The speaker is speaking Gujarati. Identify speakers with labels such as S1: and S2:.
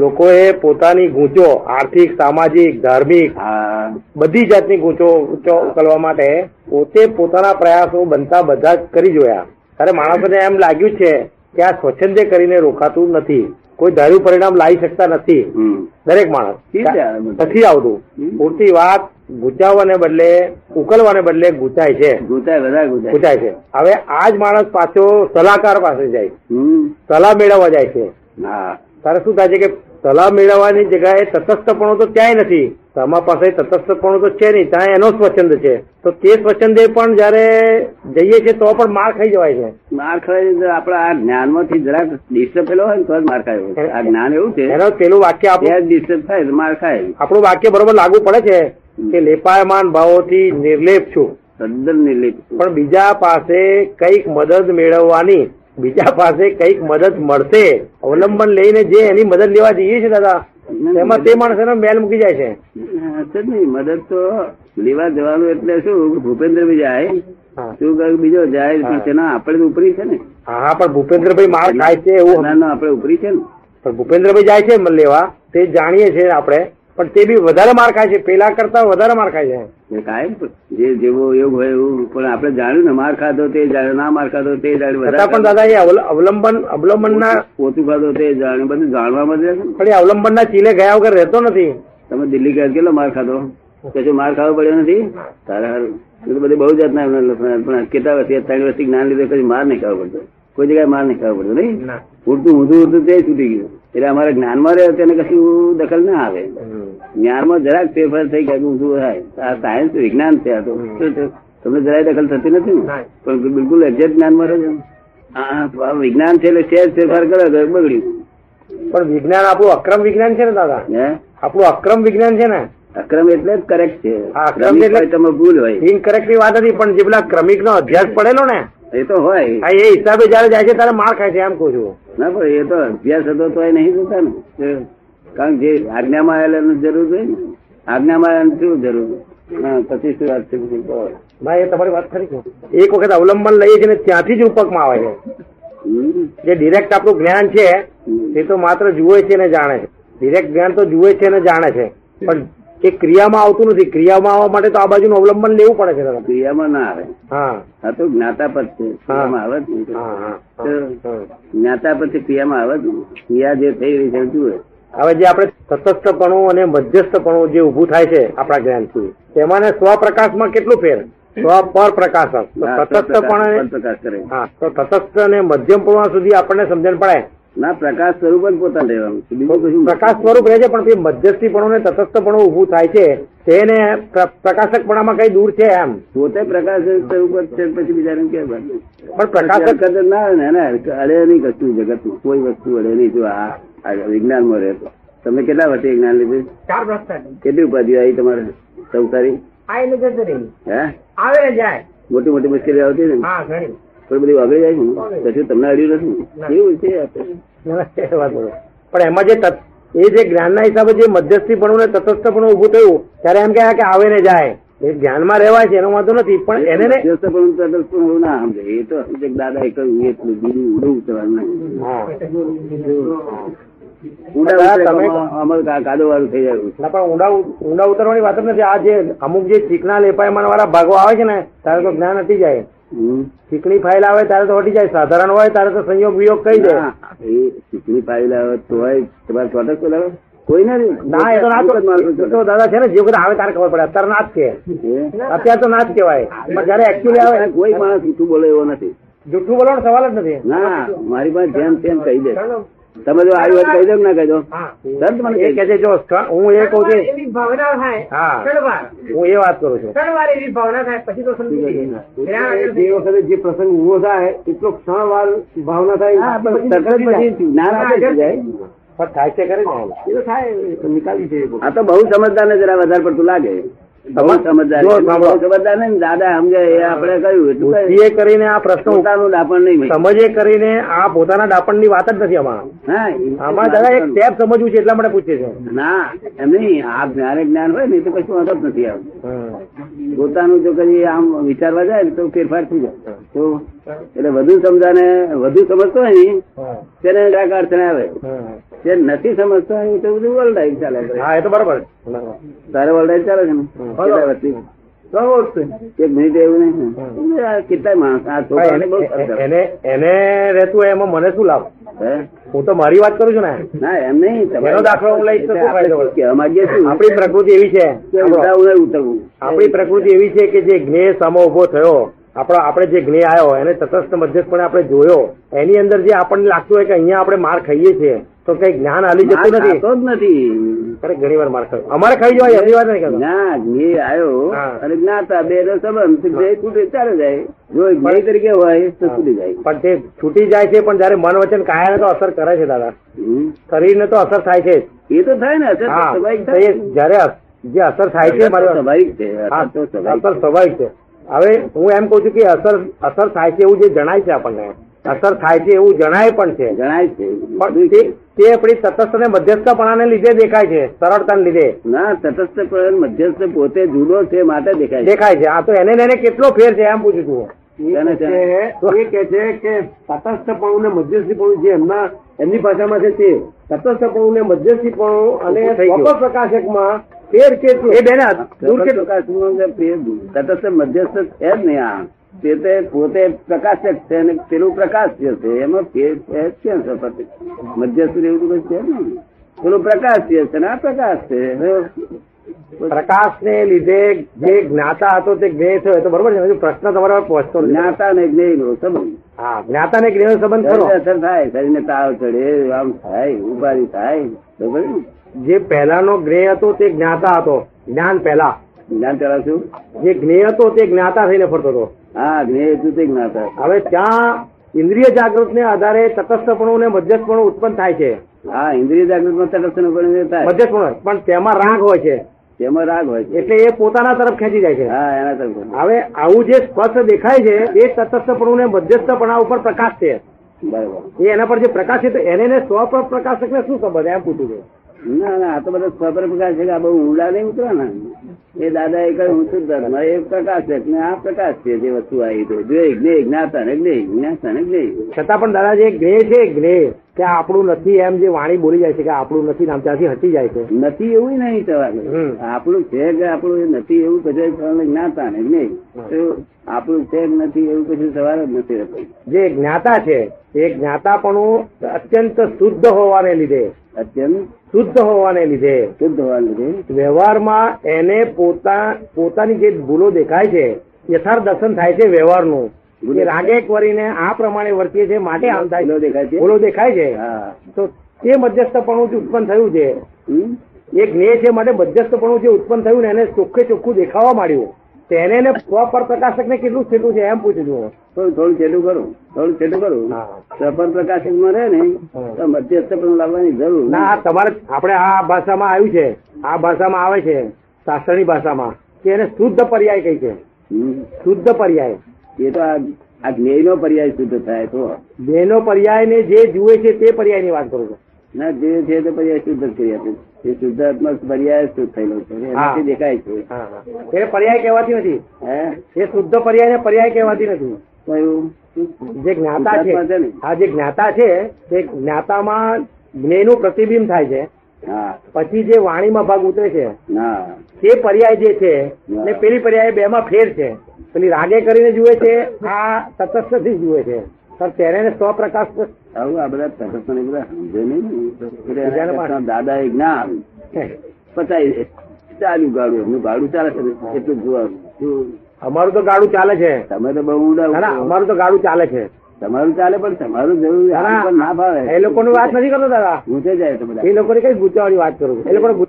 S1: લોકોએ પોતાની ગૂંચો આર્થિક સામાજિક ધાર્મિક
S2: હા
S1: બધી જાતની ગૂંચો ઊંચો ઉકેલવા માટે પોતે પોતાના પ્રયાસો બનતા બધા જ કરી જોયા ત્યારે માણસોને એમ લાગ્યું છે કે આ સ્વચ્છંદે કરીને રોકાતું નથી કોઈ ધાર્યું પરિણામ લાવી શકતા નથી
S2: હમ
S1: દરેક માણસ
S2: ઈ જ આવે બધા.
S1: નથી આવતું
S2: હમ.
S1: પૂરતી વાત ગુચાવવાને બદલે ઉકલવાને બદલે ગુચાય છે
S2: ગુતાય બધા ગુતાય
S1: ગુચાય છે હવે આ જ માણસ પાછો સલાહકાર પાસે જાય
S2: હમ
S1: સલાહ મેળવવા જાય છે
S2: હા
S1: તારે શું થાય છે કે સલાહ મેળવવાની જગ્યાએ તટસ્થપણું તો ક્યાંય નથી તમારા પાસે તટસ્થપણું તો છે નહીં ત્યાં એનો સ્વચ્છંદ છે તો તે સ્વચ્છંદે પણ જયારે જઈએ છે તો પણ માર ખાઈ જવાય છે
S2: માર ખાવાની અંદર આપણા આ જ્ઞાનમાંથી જરાક disturb થયેલો હોય ને તો જ માર ખાયો હોય. આ જ્ઞાન એવું છે
S1: એનો પેલું વાક્ય આપણું
S2: ત્યાં ડિસ્ટર્બ થાય તો માર ખાય
S1: આપણું વાક્ય બરોબર લાગુ પડે છે કે લેપાયમાન ભાવોથી નિર્લેપ છું
S2: તદ્દન નિર્લિપ્ત.
S1: પણ બીજા પાસે કઈક મદદ મેળવવાની બીજા પાસે કઈક મદદ મળશે અવલંબન લઈને જે એની મદદ લેવા જઈએ છે દાદા એમાં તે માણસ એનો મેલ મૂકી જાય છે
S2: હા, છે જ નહીં. મદદ તો લેવા જવાનું એટલે શું ભૂપેન્દ્ર બી જાય
S1: હા
S2: શું કહે બીજો જાય પણ તેના આપણે તો ઉપરી છે ને
S1: હા પણ ભૂપેન્દ્રભાઈ માર ખાય છે એવું
S2: ના ના આપણે ઉપરી છે ને
S1: પણ ભૂપેન્દ્રભાઈ જાય છે મન લેવા તે જાણીએ છીએ આપણે પણ તે બી વધારે માર ખાય છે પેલા કરતા વધારે માર ખાય છે
S2: એ કાયમ જે જેવો એવું હોય એવું પણ આપણે જાણ્યું ને માર ખાધો તે જાણ્યું ના માર ખાધો તે જાણ્યું વધારે
S1: છતાં પણ દાદા એ અવલ- અવલંબન અવલંબનના
S2: ઓછું ખાધો તે જાણ્યું બધું જાણવામાં જ રહે છે ને.
S1: પણ એ અવલંબનના ચીલે ગયા વગર રહેતો નથી
S2: તમે દિલ્હી ગયા કેટલો માર ખાધો કશું માર ખાવો પડ્યો નથી તારા હારું. એ તો બધી બહુ જાતના એમના લોકો ના. પણ કેટલા વર્ષથી ત્રણ વર્ષથી જ્ઞાન લીધે કશું માર નહીં ખાવો પડતો કોઈ જગ્યાએ માર નહીં ખાવો પડતો નહીં ઉડતું ઊંધું ઊંધું તે છૂટી ગયું એટલે અમારા જ્ઞાનમાં રહે તેને કશું દખલ ના આવે
S1: હમ.
S2: જ્ઞાનમાં જરાક ફેરફાર થઈ ગયા ઊંધું થાય આ સાયન્સ વિજ્ઞાન છે આ તો શું છે? તમને જરાય દખલ થતી નથી ને
S1: ના.
S2: પણ બિલકુલ એક્ઝેક્ટ જ્ઞાનમાં રહે છે આ આ વિજ્ઞાન છે એટલે સહેજ ફેરફાર કરે તો બગડ્યું
S1: પણ વિજ્ઞાન આપણું અક્રમ વિજ્ઞાન છે ને દાદા
S2: હે
S1: આપણું અક્રમ વિજ્ઞાન છે ને
S2: અક્રમ એટલે જ કરેક્ટ છે
S1: હા, અક્રમ
S2: ક્રમિક
S1: એટલે-
S2: હોય તમે ભૂલ હોય
S1: ઇનકરેક્ટ ની વાત હતી પણ જે પેલા ક્રમિક નો અભ્યાસ પડેલો ને
S2: એ તો હોય
S1: આ એ હિસાબે જયારે જાય છે ત્યારે માર ખાય છે એમ કહું છું
S2: ના પણ એ તો અભ્યાસ હતો તો એ નહીં થતા ને એ- કારણ કે જે આજ્ઞામાં આવેલાની જરૂર હોય ને આજ્ઞામાં આવેલાની શું જરૂર હા, પછી શું વાત છે બીજી કહો.
S1: ભાઈ એ તમારી વાત ખરી છે એક વખત અવલંબન લઈએ છીએ ને ત્યાંથી જ ઉપકમાં આવે છે
S2: હમ.
S1: જે ડિરેક્ટ આપણું જ્ઞાન છે તે તો માત્ર જુએ છે ને જાણે છે ડિરેક્ટ જ્ઞાન તો જુએ છે ને જાણે છે પણ એ ક્રિયામાં આવતું નથી ક્રિયામાં આવવા માટે તો આ બાજુનું અવલંબન લેવું પડે છે દાદા
S2: ક્રિયામાં ના આવે
S1: હા
S2: આ તો જ્ઞાતા પદ છે ક્રિયામાં આવે જ નહીં.
S1: હા હા,
S2: તો
S1: હા
S2: જ્ઞાતા પછી ક્રિયામાં આવે જ નહીં. ક્રિયા જે થઈ રહી છે જુએ
S1: હવે જે આપણે તટસ્થપણું અને મધ્યસ્થપણું જે ઉભું થાય છે આપણા જ્ઞાનથી તેમાં ને સ્વપ્રકાશમાં કેટલું ફેર સ્વ પર પ્રકાશ
S2: ના,
S1: તટસ્થપણ
S2: પ્રકાશ-
S1: અને-
S2: પ્રકાશ કરે
S1: હા તો તટસ્થ અને મધ્યમપણું સુધી આપણને સમજણ પડે
S2: ના પ્રકાશ સ્વરૂપ જ પોતા રહેવાનું છે. બીજું કશું
S1: પ્રકાશ સ્વરૂપ રહે છે પણ તે મધ્યસ્થીપણું ને તટસ્થપણું ઉભું થાય છે તેને પ્ર- પ્રકાશકપણામાં કઈ દૂર છે એમ
S2: પોતે પ્રકાશ સ્વરૂપ જ છે પછી બીજાને કે વાત
S1: પણ પ્રકાશક
S2: હરકત જ ના આવે ને એને હરકત- અડે નહીં કશું જગતમાં કોઈ વસ્તુ અડે નહીં જો આ આ વિજ્ઞાનમાં રહે તો. તમે કેટલા વર્ષે જ્ઞાન લીધું
S3: ચાર રસ્તા છે.
S2: કેટલી ઉપાધિ આવી તમારે સંસારી
S3: આ એને જતું રહી
S2: હે
S3: આવે ને જાય
S2: મોટી મોટી મુશ્કેલી આવતી ને
S3: હા ઘણી
S2: પણ બધી વગડી જાય ને કશું તમને અડ્યું નથી ને? એવું છે આ તો.
S1: એ વાત બરોબર. પણ એમાં જે તત- એ જે જ્ઞાનના હિસાબે જે મધ્યસ્થીપણું ને તટસ્થપણું ઉભું થયું ત્યારે એમ કહે કે આવે ને જાય એ જ્ઞાનમાં રહેવાય છે એનો વાંધો નથી પણ એને ને
S2: મધ્યસ્થ પણ તટસ્થ પણ એવું ના સમજાય. એ તો સમજે કે દાદાએ કહ્યું એટલું બીજું ઊંડું ઉતરવાનું નહીં.
S1: હા.
S2: ઊંડા
S1: દાદા,
S2: ઉતરે તો
S1: તમે-
S2: આમાં- આમાં કા- કાદવવાળું થઈ જાય
S1: ના પણ ઊંડા ઉ- ઊંડા ઉતરવાની વાત જ નથી આ જે અમુક જે ચીકણા લેપાયમાન વાળા ભાગો આવે છે ને ત્યારે તો જ્ઞાન હટી જાય
S2: હમ.
S1: ચીકણી ફાઇલ આવે ત્યારે તો હટી જાય સાધારણ હોય ત્યારે તો સંયોગ વિયોગ કહી જાય
S2: ના, એ ચીકણી પાડી લાવે તોય તમારે ચોટક બોલાવે? કોઈ ના રહ્યું.
S1: ના એ તો ના
S2: એક જ માણસ
S1: તો- એ તો દાદા છે ને જે વખત આવે ત્યારે ખબર પડે અત્યારે ના જ છે
S2: હે?
S1: અત્યારે તો ના જ કહેવાય પણ જયારે એકચ્યુઅલી આવે
S2: કોઈ માણસ ઊંચું બોલે એવો નથી
S1: જૂઠું બોલવાનો સવાલ જ નથી
S2: ના મારી પાસે જેમ તેમ કહી દે તમે જો આવી વાત કહી દો કે ના કહી દો
S3: હા
S2: તરત મને
S1: એ
S2: કહી દે.
S1: કે છે જો સ્થ- હું એ કહું છું
S3: એવી ભાવના થાય
S1: હા.
S3: ત્રણવાર
S1: હું એ વાત કરું છું
S3: ત્રણવાર એવી ભાવના થાય પછી તો સમજી જઈએ. વિરામ આગળ થઈ
S4: જે વખતે જે પ્રસંગ ઉભો થાય એટલો ક્ષણ વાર ભાવના થાય
S2: હા, પણ તરત પછી જ્ઞાન આપે છે જાય.
S1: પણ થાય છે ખરી ને
S4: એ તો થાય નિકાલી છે એ બહુ.
S2: આ તો બહુ સમજદાર ને જરા વધારે પડતું લાગે બહુ સમજદાર
S1: જો સાંભળો.
S2: બહુ સમજદાર ને દાદા સમજે એ આપણે કહ્યું એટલું કહે.
S1: બુદ્ધિએ કરીને આ પ્રશ્ન
S2: પોતાનું દાપણ નહીં ભાઈ.
S1: સમજે કરીને આ પોતાના દાપણની વાત જ નથી આમાં
S2: હા, એ
S1: આમાં દાદા એક સ્ટેપ સમજવું છે એટલા માટે પૂછે છે
S2: ના એમ નહીં આ જ્ઞાને જ્ઞાન હોય ને તો કશું વાંધો જ નથી આવતું
S1: હમ.
S2: પોતાનું જો કદી આમ વિચારવા જાય ને તો ફેરફાર થઈ જાય તો એટલે વધુ સમજાને વધુ સમજતો હોય ને
S1: હમ.
S2: તેને જરાક અડચણ આવે
S1: હમ.
S2: જે નથી સમજતા એ તો બધું વર્લ્ડાઈ ચાલે કરે.
S1: હા એ તો બરાબર
S2: તારે વર્લ્ડાઈ ચાલે છે ને કેટલા વર્ષથી? એક મિનિટ એવું નહીં ને? આ કેટલા માણસ આ
S1: પણ
S2: છોકરાને બહુ
S1: એને-
S2: અસર.
S1: એને એને રહેતું હોય એમાં મને શું લાભ
S2: હે?
S1: હું તો મારી વાત કરું છું ને
S2: ના એમ નહીં તમારી
S1: એનો દાખલો હું લઈશ તો શું
S2: આપણે
S1: ફાયદો પડે?
S2: કહેવા માંગીએ છીએ
S1: આપણી પ્રકૃતિ એવી છે
S2: કે
S1: સાંભળો.
S2: ઉતાવળે ઉતરવું.
S1: આપણી પ્રકૃતિ એવી છે કે જે જ્ઞેય સામો ઉભો થયો આપણો આપણે જે જ્ઞેય આવ્યો એને તટસ્થ મધ્યસ્થપણે આપણે જોયો એની અંદર જે આપણને લાગતું હોય કે અહીંયા આપણે માર ખાઈએ છીએ તો કઈ જ્ઞાન હાલી જતું
S2: માર
S1: નથી
S2: ખાતો જ નથી
S1: અરે ઘણી વાર માર ખાય અમારે ખાઈ જવાય એવી વાત નહીં કરતો.
S2: ના જ્ઞેય આવ્યો
S1: હા.
S2: અને જ્ઞાતા બે નો સંબંધ જ્ઞેય તૂટે ચાલે જાય જો જ્ઞેય તરીકે હોય તો તૂટી જાય
S1: પણ તે છૂટી જાય છે પણ જયારે મન વચન કાયાને તો અસર કરે છે દાદા
S2: હમ.
S1: શરીરને તો અસર થાય છે જ.
S2: એ તો થાય ને અસર તો
S1: હા
S2: સ્વાભાવિક
S1: તો એ
S2: થાય
S1: જયારે અસ- જે અસર થાય છે
S2: અસર તો
S1: મારી વાત-
S2: સ્વાભાવિક છે
S1: હા,
S2: અસર તો સ્વાભાવિક
S1: અસર સ્વાભાવિક છે હવે હું એમ કહું છું કે અસર અસર થાય છે એવું જે જણાય છે આપણને અસર થાય છે એવું જણાય પણ છે
S2: છે. જણાય છે
S1: પણ તે તે આપણી તટસ્થ અને મધ્યસ્થપણાને લીધે દેખાય છે સરળતાને લીધે
S2: ના તટસ્થ પણ મધ્યસ્થ પોતે જુદો છે માટે દેખાય છે
S1: દેખાય છે આ તો એને ને એને કેટલો ફેર છે એમ પૂછું છું હું.
S2: તેને- તેને-
S4: એ કે છે કે તટસ્થપણું ને મધ્યસ્થીપણું જે એમના એમની ભાષામાં છે તે તટસ્થપણું ને મધ્યસ્થીપણું અને
S1: ઉભું થઈ ગયું.
S4: સ્વપ્ન પ્રકાશકમાં ફેર કેટલો
S1: એ બેન આ દૂર
S2: દૂર કે
S1: કેટલું
S2: પ્રકાશનું કે તે તટસ્થ મધ્યસ્થ છે જ નહીં આ તે તે પોતે પ્રકાશક છે અને પેલું પ્રકાશ જે છે એમાં ફેર ફેર છે ને સતત. મધ્યસ્થ ને એવું બધું છે ને પેલું પ્રકાશ જે છે ને આ પ્રકાશ છે હવે
S1: પ્રકાશને લીધે જે જ્ઞાતા હતો તે જ્ઞેય થયો એ તો બરોબર છે હજુ પ્રશ્ન તમારા પર પહોંચતો નથી.
S2: જ્ઞાતા ને જ્ઞેય નો સંબંધ
S1: હા જ્ઞાતા ને જ્ઞેયનો સંબંધ ખરો
S2: શરીર અસર થાય શરીરને તાવ ચડે આમ થાય ઉપાધિ થાય બરોબર ને?
S1: જે પહેલાનો જ્ઞેય હતો તે જ્ઞાતા હતો જ્ઞાન પહેલા
S2: જ્ઞાન ચલાવશું
S1: જે જ્ઞેય હતો તે જ્ઞાતા થઈને ફરતો હતો
S2: હા જ્ઞેય તું તે જ્ઞાતા
S1: હવે ત્યાં ઇન્દ્રિય જાગૃતને આધારે તટસ્થપણું અને મધ્યસ્થપણું ઉત્પન્ન થાય છે
S2: હા ઇન્દ્રિય જાગૃતમાં તટસ્થ નો પણ થાય
S1: મધ્યસ્થપણું પણ તેમાં રાગ હોય છે
S2: તેમાં રાગ હોય છે
S1: એટલે એ પોતાના તરફ ખેંચી જાય છે
S2: હા એના તરફ
S1: હવે આવું જે સ્પષ્ટ દેખાય છે એ તટસ્થપણું ને મધ્યસ્થપણા ઉપર પ્રકાશ છે
S2: બરાબર
S1: એ એના પર જે પ્રકાશ છે તો એને ને સ્વ પર પ્રકાશક ને શું સંબંધ એમ પૂછું છું
S2: ના ના આ તો બધા સ્વપ્ર પ્રકાશ છે કે આ બહુ ઊંડા નહીં ઉતરે ને એ દાદા એ કહ્યું હું છું ધર્મ એ પ્રકાશ છે ને આ પ્રકાશ છે જે વસ્તુ આવી તો દ્વેગ જ્ઞેય જ્ઞાતા ને જ્ઞેય જ્ઞાતા ને જ્ઞેય
S1: છતાં પણ દાદા જે જ્ઞેય છે જ્ઞેય કે આ આપણું નથી એમ જે વાણી બોલી જાય છે કે આ આપણું નથી ને આમ ત્યાંથી હટી જાય છે
S2: નથી એવું નહીં
S1: હમ.
S2: તમારું આપણું છે કે આપણું એ નથી એવું કશું તમારે જ્ઞાતા ને જ્ઞેય તો આપણું છે કે નથી એવું કશું સવાલ જ નથી રહેતો
S1: જે જ્ઞાતા છે એ જ્ઞાતાપણું અત્યંત શુદ્ધ હોવાને લીધે
S2: અત્યંત
S1: શુદ્ધ હોવાને લીધે
S2: શુદ્ધ હોવા લીધે
S1: વ્યવહારમાં એને પોતા પોતાની જે ભૂલો દેખાય છે યથાર્થ દર્શન થાય છે વ્યવહારનું
S2: ભૂલો
S1: એ રાગે કરીને આ પ્રમાણે વર્તીએ છે માટે આમ થાય
S2: ભૂલો
S1: છે.
S2: દેખાય છે?
S1: ભૂલો દેખાય છે
S2: હા
S1: તો તે મધ્યસ્થપણું જે ઉત્પન્ન થયું છે
S2: હમ?
S1: એ જ્ઞેય છે માટે મધ્યસ્થપણું જે ઉત્પન્ન થયું ને એને ચોખ્ખે ચોખ્ખું દેખાવા માંડ્યું તેને એને સ્વપર પ્રકાશકને કેટલું છેટું છે એમ પૂછું છું
S2: થોડું થોડું છેટું કરું થોડું છેટું કરું
S1: હા.
S2: સફળ પ્રકાશક માં રહે ને તો મધ્યસ્થ પણ લાવવાની જરૂર
S1: ના આ તમારે આપણે આ ભાષામાં આવ્યું છે આ ભાષામાં આવે છે શાસ્ત્રની ભાષામાં કે એને શુદ્ધ પર્યાય કહે છે
S2: હમ.
S1: શુદ્ધ પર્યાય
S2: એ તો આ આ જ્ઞેયનો પર્યાય શુદ્ધ થાય તો
S1: બેનો પર્યાયને જે જુએ છે તે પર્યાયની વાત કરું છું
S2: ના જે છે તે પર્યાય શુદ્ધ જ કરી આપે એ શુદ્ધાત્મક પર્યાય શુદ્ધ થયેલો છે એનાથી દેખાય છે
S1: હા, હા. એ પર્યાય કહેવાતી નથી
S2: હે
S1: એ શુદ્ધ પર્યાય ને પર્યાય કહેવાતી નથી
S2: કયું
S1: જે જ્ઞાતા છે
S2: શુદ્ધાત્મા છે ને?
S1: આ જે જ્ઞાતા છે તે જ્ઞાતામાં જ્ઞેયનું પ્રતિબિંબ થાય છે
S2: હા
S1: પછી જે વાણીમાં ભાગ ઉતરે છે
S2: ના
S1: તે પર્યાય જે છે ને પેલી પર્યાય બે માં ફેર છે પેલી રાગે કરીને જુએ છે આ તટસ્થ થી જુએ છે પણ તેને સો પ્રકાશ
S2: આવું આ બધા તટસ્થને બધા સમજે નહીં ને. એટલે એના
S1: બીજાને પણ-
S2: કરતા દાદા એ જ્ઞાન પતાવી દે ચાલ્યું ગાડું એમનું ગાડું ચાલે છે ને, એટલું જ જોવાનું શું?
S1: અમારું તો ગાડું ચાલે છે
S2: તમે તો બહુ ઊંડા
S1: ના, ના,
S2: ઉતરો.
S1: અમારું તો ગાડું ચાલે છે
S2: તમારું ચાલે પણ તમારું જરૂર
S1: ના,
S2: હાલ
S1: ના.
S2: પણ ના ભાવે
S1: એ લોકોની વાત નથી કરતો દાદા
S2: ઘૂંટે જાય તો બધા
S1: એ લોકોની કઈ ગૂંચવાની વાત કરું છું. એ લોકો